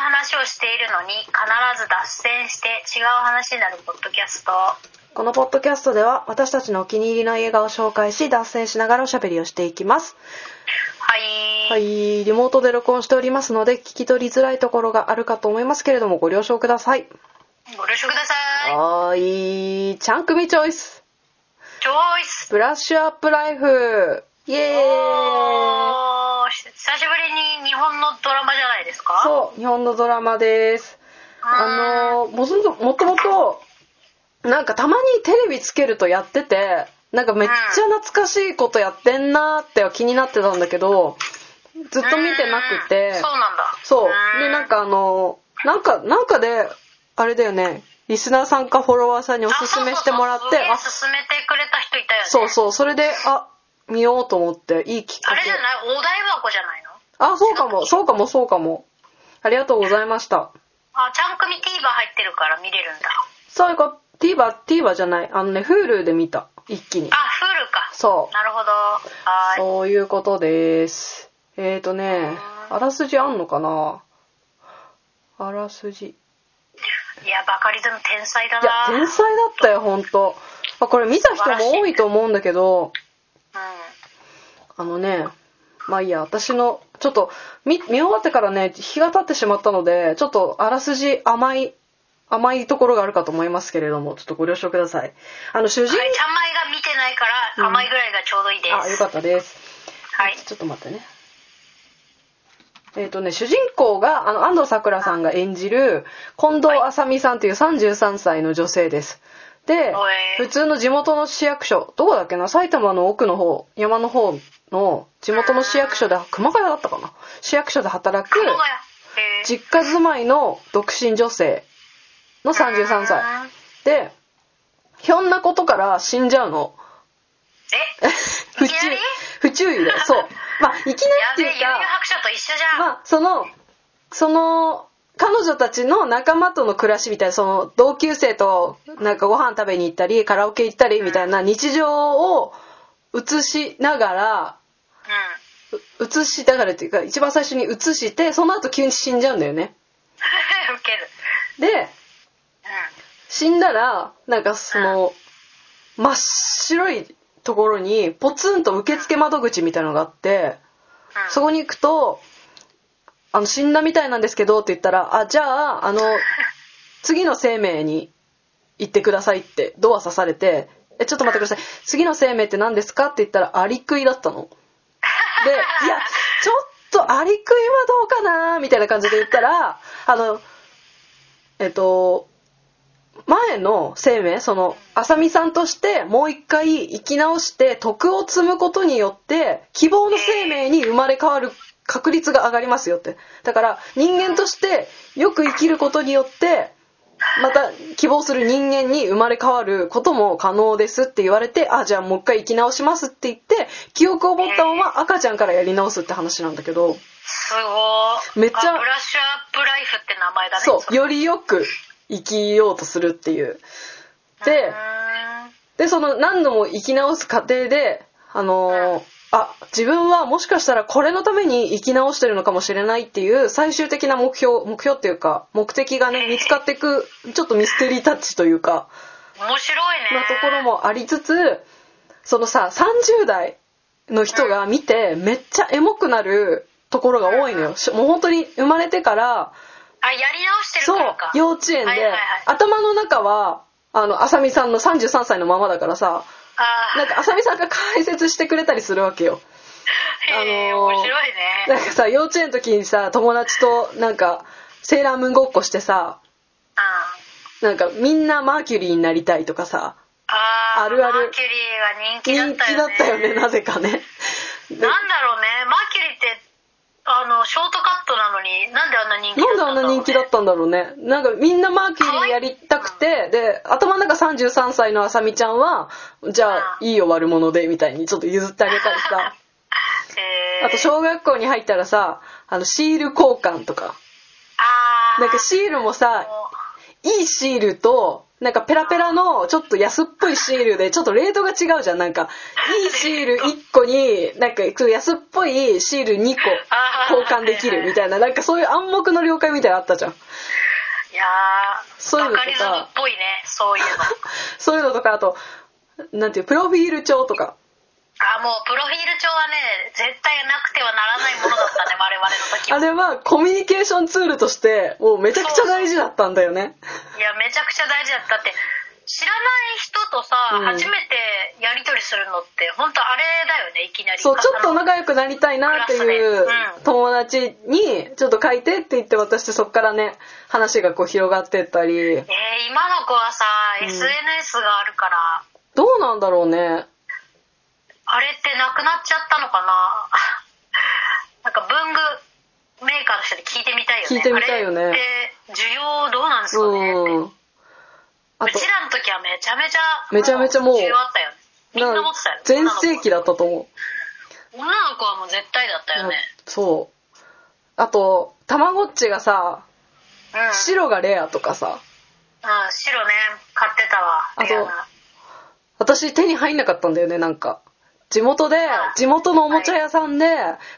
話をしているのに必ず脱線して違う話になるポッドキャストこのポッドキャストでは私たちのお気に入りの映画を紹介し脱線しながらおしゃべりをしていきますはい、はいリモートで録音しておりますので聞き取りづらいところがあるかと思いますけれどもご了承くださいご了承くださいはーいちゃんくみチョイスチョイスブラッシュアップライフイエーイおー久しぶりに日本のドラマじゃないですかうそう日本のドラマですあのもともともとなんかたまにテレビつけるとやっててなんかめっちゃ懐かしいことやってんなーっては気になってたんだけどずっと見てなくてそうなんだそうーでなんかあのなんかなんかであれだよねリスナーさんかフォロワーさんにおすすめしてもらってああそうそうそうすげえ勧めてくれた人いたよねそうそうそれであ見ようと思っていいきっあかれけじゃないお台箱じゃないのあそうかもそうかもそうかもありがとうございましたあちゃん組 TVer 入ってるから見れるんだそういうこと TVer、TVer じゃない。あのね、Hulu で見た。一気あ。に Hulu かそう。なるほどはーいそういうことです。えーとね、あらすじあんのかなあらすじ。いやバカリズム天才だいや、な天才だったよ、ほんと。まあこれ見た人も多いと思うんだけど、うあのね、まあいいや、私の、ちょっと、見、見終わってからね、日が経ってしまったので、ちょっとあらすじ甘い、甘いところがあるかと思いますけれども、ちょっとご了承ください。あの、主人ん、はいちゃんまいが見てないから甘いぐらいがちょうどいいです、あ、よかったです。はいちょっと待ってね。えっ、とね、主人公が、あの、安藤サクラさんが演じる、近藤麻美さんという33歳の女性です。でおい、普通の地元の市役所、どこだっけな埼玉の奥の方、山の方の地元の市役所で、熊谷だったかな市役所で働く、熊谷えー実家住まいの独身女性の33歳。うんで、ひょんなことから死んじゃうの。え不いき注なり意不注意で そうまあいきなりっやてべえい幽う遊か白書と一緒じゃん、まあそのその彼女たちの仲間との暮らしみたいなその同級生となんかご飯食べに行ったりカラオケ行ったりみたいな日常を映しながらうんう映しながらっていうか一番最初に映してその後急に死んじゃうんだよね ウケるでう死んだらなんかその真っ白いところにポツンと受付窓口みたいなのがあってんうんそこに行くと、あの、死んだみたいなんですけどって言ったら、あ、じゃ あ、あの、次の生命に行ってくださいって、ドア刺されて、え、ちょっと待ってください。次の生命って何ですかって言ったら、アリクイだったの。で、いや、ちょっとアリクイはどうかなみたいな感じで言ったら、あの、えっと、前の生命、その、あさみさんとしてもう一回生き直して徳を積むことによって、希望の生命に生まれ変わる確率が上がりますよって。だから、人間としてよく生きることによって、また希望する人間に生まれ変わることも可能ですって言われて、あ、じゃあもう一回生き直しますって言って、記憶を持ったまま赤ちゃんからやり直すって話なんだけど、すごーめっちゃあブラッシュアップライフって名前だねそう、れよりよく生きようとするっていう。で、うーんでその何度も生き直す過程であのーうんあ自分はもしかしたらこれのために生き直してるのかもしれないっていう最終的な目標目標っていうか目的がね見つかっていくちょっとミステリータッチというか面白いねなところもありつつそのさ30代の人が見てめっちゃエモくなるところが多いのよしもう本当に生まれてからあやり直してるそうからか幼稚園で、はいはいはい頭の中はあの浅見さんの33歳のままだからさあーなんか、あさみさんが解説してくれたりするわけよ。 へえあのー面白いねなんかさ、幼稚園の時にさ、友達と、なんか、セーラームーンごっこしてさ、あなんか、みんなマーキュリーになりたいとかさ、あーあるあるマーキュリ人気ーがだ人気だっったよねたよね、なぜかね。でなんだろうねマーキュリーってあのショートカットなのになんであんな人気だなっんでたあんんだろう、なね、人気だったんだろうね。なんかみんなマーキュリーやりたくて、で、頭の中33歳のあさみちゃんは、じゃあういいよ悪者で、みたいにちょっと譲ってあげたり さ。へーあと小学校に入ったらさ、あのシール交換とか。あーなんかシールもさ、いいシールとなんかペラペラのちょっと安っぽいシールでちょっとレートが違うじゃんなんかいいシール1個になんか安っぽいシール2個交換できるみたいななんかそういう暗黙の了解みたいなのあったじゃんいやそういうー、のバカとかリズムっぽいね、そういうの。そういうのとかあとなんていうプロフィール帳とかあ、もうプロフィール帳はね、絶対なくてはならないものだった ね、我々の時あは。れはコミュニケーションツールとしてもうめちゃくちゃ大事だったんだよねいや、めちゃくちゃ大事だったって、知らない人とさ、うん初めてやり取りするのって、本当あれだよね、いきなり。そうちょっとあの仲良くなりたいなってクラスいうでうん友達にちょっと書いてって言って渡してそっからね話がこう広がってったりえー、今の子はさ、うん SNS があるから、どうなんだろうねあれってなくなっちゃったのかななん か文具メーカーの人に聞いてみたいよね。聞いてみたいよねあれって需要どうなんですかねって。うんあうとちらの時はめちゃめちゃめちゃめちゃもう需要あったよねみんな持ってたよ全盛期だだったと思う女の子はもう絶対だったよねそうあとたまごっちがさうん、うん、白白がレアとかさね買ってたわあとレアな私手に入んなかったんだよねなんか地元で地元のおもちゃ屋さんで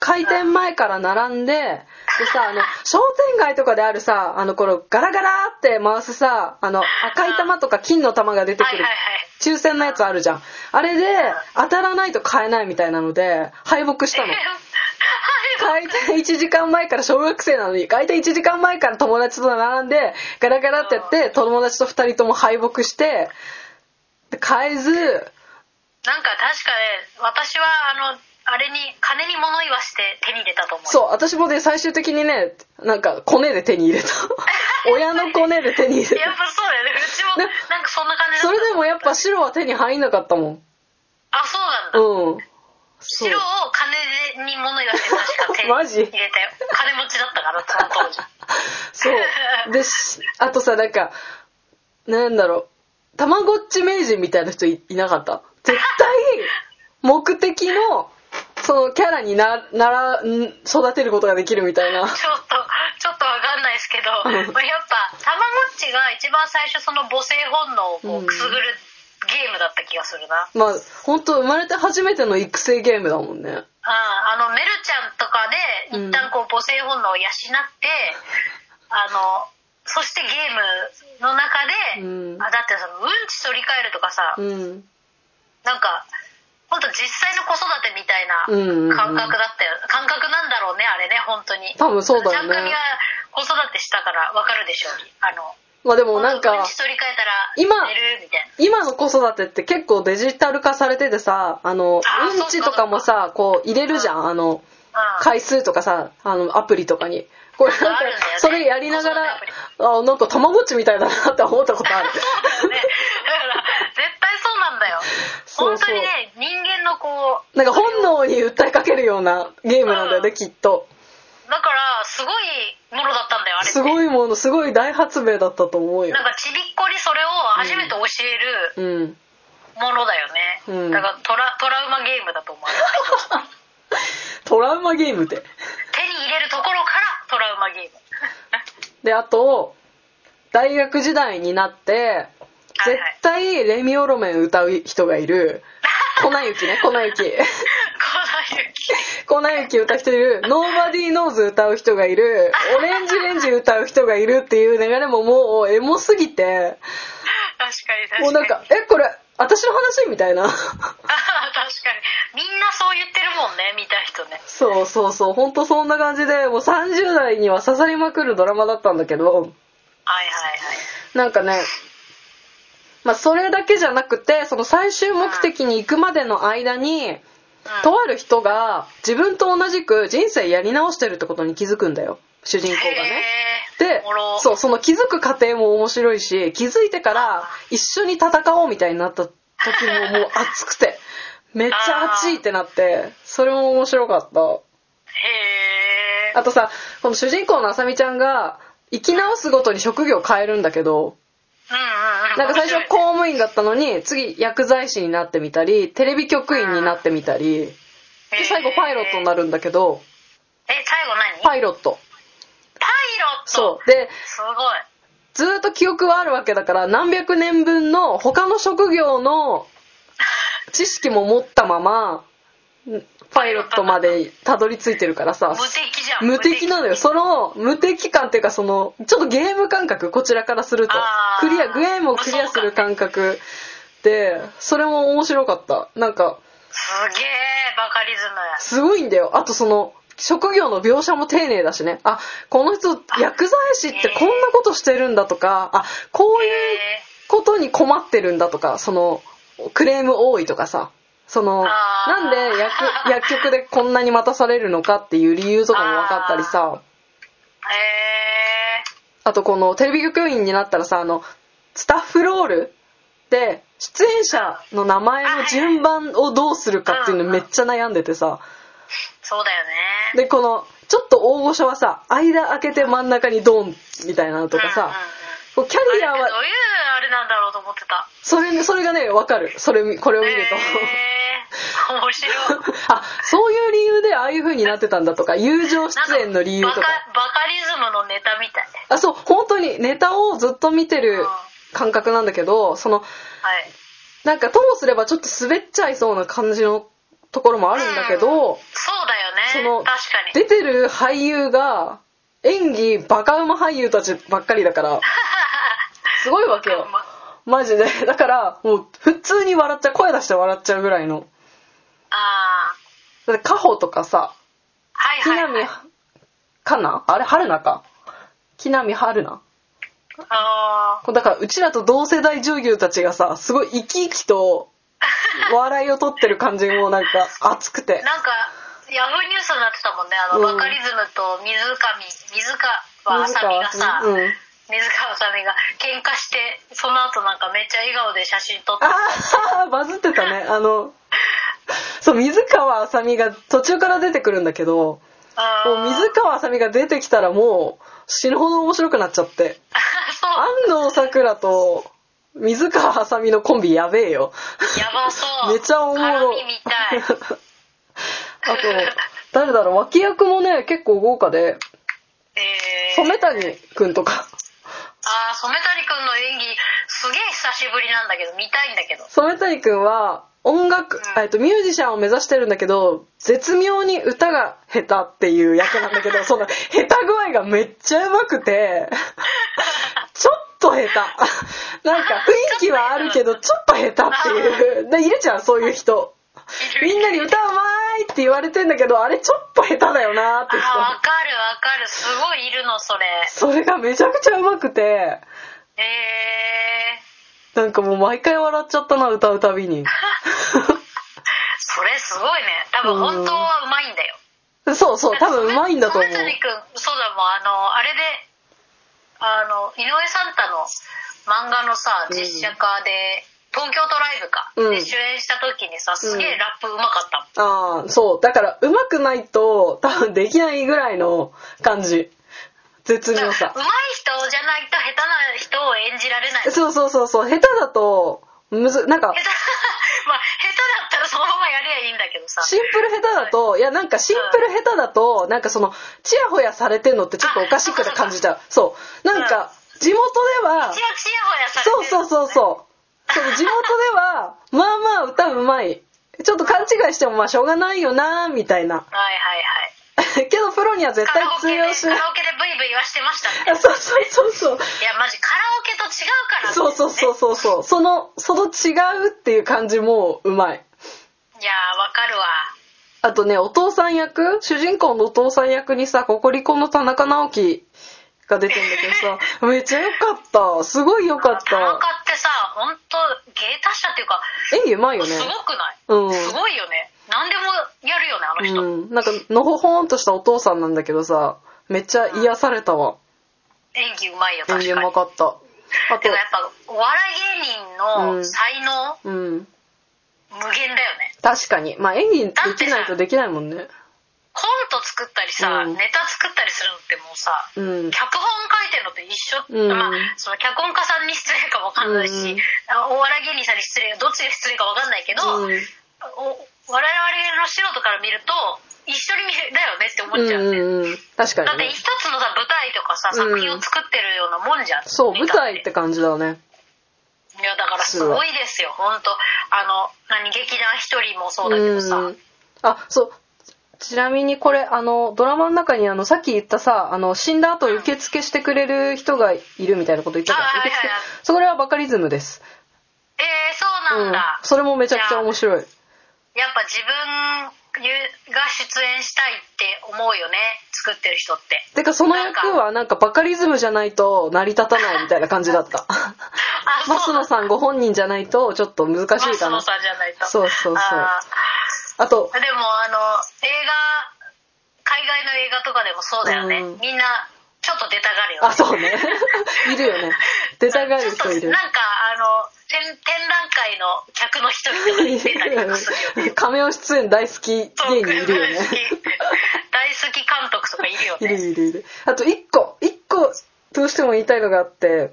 開店前から並んででさ あの商店街とかであるさあのこのガラガラって回すさあの赤い玉とか金の玉が出てはくいはいるはい抽選のやつあるじゃんあれで当たらないと買えないみたいなので敗北 したの開店1時間前から小学生なのに開店1時間前から友達と並んでガラガラってやって友達と2人とも敗北してで買えずなんか確かね私はあのあれに金に物言わして手に入れたと思うそう、私もね、最終的にね、なんか、コネで手 に入れた。親のコネで手に入れやたっ。ぱそうだよねうちもねなんかそんな感じだったそれでもやっぱ白は手に入んなかったもん。うん。あそうなんだ、そ白う。を金に物言わして確か手にマジ入れたよ金持ちだったからその 当時そう。で、しあとさ、なんか、なんだろう、たまごっち名人みたいな人いいなかった。絶対、目的の、そのキャラにな、なら、ん育てることができるみたいな。ちょっと、ちょっとわかんないですけど、うんまあやっぱ、たまごっちが一番最初その母性本能をこうんうくすぐるゲームだった気がするな。うん、まあ、本当生まれて初めての育成ゲームだもんね。あの、メルちゃんとかで、一旦こう母性本能を養って、 あの、そしてゲームの中で、うんあだってそのうんち取り替えるとかさ、うん。なんか、ほんと実際の子育てみたいなうんうんうん感覚だったよ、感覚なんだろうね、あれね、本当に。多分そうだよジねャンクミは子育てしたからわかるでしょうに。あの、まあでもなんうんかち、取り替えたら今寝るみたいな今の子育てって結構デジタル化されててさあのあーうんちとかもさこう入れるじゃんあのうん回数とかさあのアプリとかにこれなんかあるんだよねそれやりながらあなんかたまごっちみたいだなって思ったこと あるね だから絶対そうなんだよそうそ本当うにね人間のこうなんか本能に訴えかけるようなゲームなんだよねうんきっとだからすごいものだったんだよあれってすごいものすごい大発明だったと思うよなんかちびっこにそれを初めて教えるうんものだよね、うんだからトラトラウマゲームだと思う トラウマゲームで手に入れるところからトラウマゲームであと大学時代になってはい絶対レミオロメン歌う人が いる粉雪ね粉雪この雪粉雪歌う人いるノーバディーノーズ歌う人がいるオレンジレンジ歌う人がいるっていう流れももうエモすぎて確かに確かにもうなんかえこれ私の話みたい な 確かにみんなそう言ってるもんね見た人ねそうそうそうほんとそんな感じでもう30代には刺さりまくるドラマだったんだけどはいはいはいなんかね、まあ、それだけじゃなくてその最終目的に行くまでの間にうんとある人が自分と同じく人生やり直してるってことに気づくんだよ主人公がね。へーでおもろそうその気づく過程も面白いし気づいてから一緒に戦おうみたいになった時ももう熱く てめっちゃ熱いってなってそれも面白かった。へえあとさこの主人公のあさみちゃんが生き直すごとに職業を変えるんだけうどんうんうんなんか最初公面務員だったのに次薬剤師になってみたりテレビ局員になってみたりで白いね最後パイロットになへるんだけどーえ最後何パイパイロットロットそうですごいずーっと記憶はあるわけだから何百年分の他の職業の知識も持ったままんパイロットまでたどり着いてるからさ無敵じゃん無敵なのよその無敵感っていうかそのちょっとゲーム感覚こちらからするとあークリアゲームをクリアする感覚でそれも面白かったなんかすげえバカリズムすごいんだよあとその職業の描写も丁寧だしねあこの人薬剤師ってこんなことしてるんだとかあこういうえことに困ってるんだとかそのクレーム多いとかさそのあーなんで薬薬局でこんなに待たされるのかっていう理由とかも分かったりさー、えあとこのテレビ局員になったらさあのスタッフロールで出演者の名前の順番をどうするかっていうのめっちゃ悩んでてさー、そうだよねでこのちょっと大御所はさ間開けて真ん中にドンみたいなのとかうんさうんうんこうキャリアあれってどうはいうあれなんだろうと思ってたそれねそれがね分かるそれ見これを見ると。えー、面白い あそういう理由でああいう風になってたんだとか友情出演の理由となんかバカバカリズムのネタみたいあそう本当にネタをずっと見てる感覚なんだけどそのはいなんかともすればちょっと滑っちゃいそうな感じのところもあるんだけど、そうだそよのね確かに出てる俳優が演技バカうま俳優たちばっかりだから すごいわけよまマジでだからもう普通に笑っちゃう声出して笑っちゃうぐらいのあーだってカホとかさはい木はい、はい、南かなあれ春菜か木南春菜あこうだからうちらと同世代女優たちがさすごい生き生きと笑いを取ってる感じもなんか熱くーてなんかヤフーニュースになってたもんねあの、うんバカリズムと水上水川あさみがさ、うん、うん水川あさみが喧嘩してその後なんかめっちゃ笑顔で写真撮ってああバズってたねあのそう水川あさみが途中から出てくるんだけどあもうー水川あさみが出てきたらもう死ぬほど面白くなっちゃって そう安藤サクラと水川あさみのコンビやべえよやばそうめちゃおもろ絡み見たい あと誰だろう脇役もね結構豪華でえー、染谷くんとか ああ染谷くんの演技すげえ久しぶりなんだけど見たいんだけど染谷くんは音楽、うんえっと、ミュージシャンを目指してるんだけど絶妙に歌が下手っていう役なん だけどその下手具合がめっちゃうまくてちょっと下手 なんか雰囲気はあるけどちょっと下手っていうでいるじゃんそういう人 みんなに歌うまいって言われてんだけどあれちょっと下手だよなーって人ああわかるわかるすごいいるのそれそれがめちゃくちゃうまくてえー、なんかもう毎回笑っちゃったな歌うたび にそれすごいね多分本当はうまいんだよそうそう多分うまいんだと思う染谷くんそうだもんあのあれであの井上サンタの漫画のさうん実写化で、東京都ライブか、うんで主演した時にさすげうえんラップうまかったもん、ああそうだからうまくないと多分できないぐらいの感じ絶だから妙上手いさ人じゃないと下手な人を演じられないそうそうそうそう下手だとむずなんか下手 まあ下手だったらそのままやりゃいいんだけどさシンプル下手だといやなんかシンプル下手だとなんかそのちやほやされてんのってちょっとおかしく感じちゃうそうなんか地元では一躍しやほやされてそうそうそうそう。その地元では、まあまあ歌うまい。ちょっと勘違いしてもまあしょうがないよなみたいな。 うはいはいはいけどプロには絶カ対ラオケ通で用しないカ。ラオケでブイブイ言わしてましたねあ そうそうそうそう。いやマジカラオケと違うからそうそうそうそうそう。その、その違うっていう感じもうまいい。やーわかるわあとね、お父さん役主人公のお父さん役にさ、ココリコの田中直樹が出てんだけど さ、めっちゃ良かった。すごい良かっ田中た。ってさ本当芸達者っていうか演技うまいよねす。ごくない、うんすごいよね何でもやるよねあの人、うん、なんかのほほんとしたお父さんなんだけどさめっちゃ癒されたわ演技うまいよ演確技うかにまかったあてとかやっぱお笑い芸人うのん才能、うん無限だよね確かにまあ演技できないとできないもんねコント作ったりさ、うんネタ作ったりするのってもうさうん脚本書いてるのと一緒、うんまあその脚本家さんに失礼かもわかんないし、うんお笑い芸人さんに失礼どっちが失礼かわかんないけど、うんお我々の素人から見ると一緒に見るだよねって思うっんちゃうね、うんうん確かだっにてね一つのさ舞台とかさ、うん作品を作ってるようなもんじゃんそう舞台っ見たて感じだねいやだからすごいですよ本当あの何劇団一人もそうだけどさ、うんあそうちなみにこれあのドラマの中にあのさっき言ったさあの死んだ後受付してくれる人がいるみたいなこと言ってたじゃんあはいはい受付はいそれはバカリズムです、えー、そうなんだ、それもめちゃくちゃ面白いやっぱ自分が出演したいって思うよね作ってる人っててかその役はなんかバカリズムじゃないと成り立たないみたいな感じだったあ増野さんご本人じゃないとちょっと難しいマかなスノさんじゃないとそうそうそうああとーでもあの映画海外の映画とかでもそうだよね、うんみんなちょっと出たがるよねあそうねいるよね出たがる人いちょっとなるんかあの展展覧会の客の一人とかに出たりとかするよね仮面出演大好き芸人いるよね大好き大好き監督とかいるよいねるいるいるあと一個一個どうしても言いたいのがあってう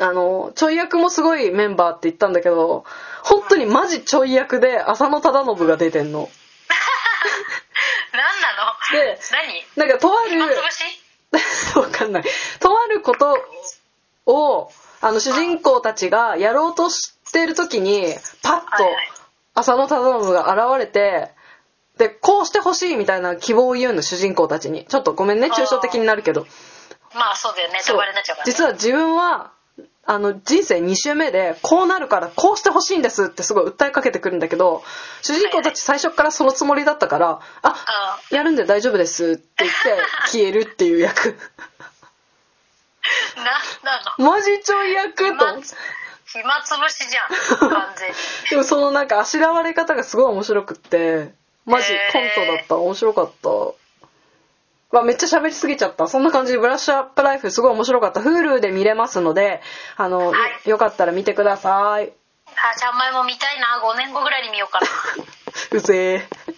あのちょい役もすごいメンバーって言ったんだけど本当にマジちょい役で浅野忠信が出てんのん何なので何なんかとあ暇つるぶし わかんない。とあることを、あの、主人公たちがやろうとしている時に、パッとはいはい、浅野忠信が現れて、で、こうしてほしいみたいな希望を言うの、主人公たちに。ちょっとごめんね、抽象的になるけど。まあそうだよねネタそうバレになっちゃうから、ね、実は自分は、あの、人生2周目で、こうなるから、こうしてほしいんですってすごい訴えかけてくるんだけど、主人公たち最初からそのつもりだったから、あ、あやるんで大丈夫ですって言って、消えるっていう役。何なのマジちょい役と思って暇つぶしじゃん完 全にでもそのなんかあしらわれ方がすごい面白くってマジへーコントだった面白かったわめっちゃ喋りすぎちゃったそんな感じで「ブラッシュアップライフ」すごい面白かった Hulu で見れますのであの、はよよかったら見てくださいあちゃんまいも見たいな5年後ぐらいに見ようかなうぜえ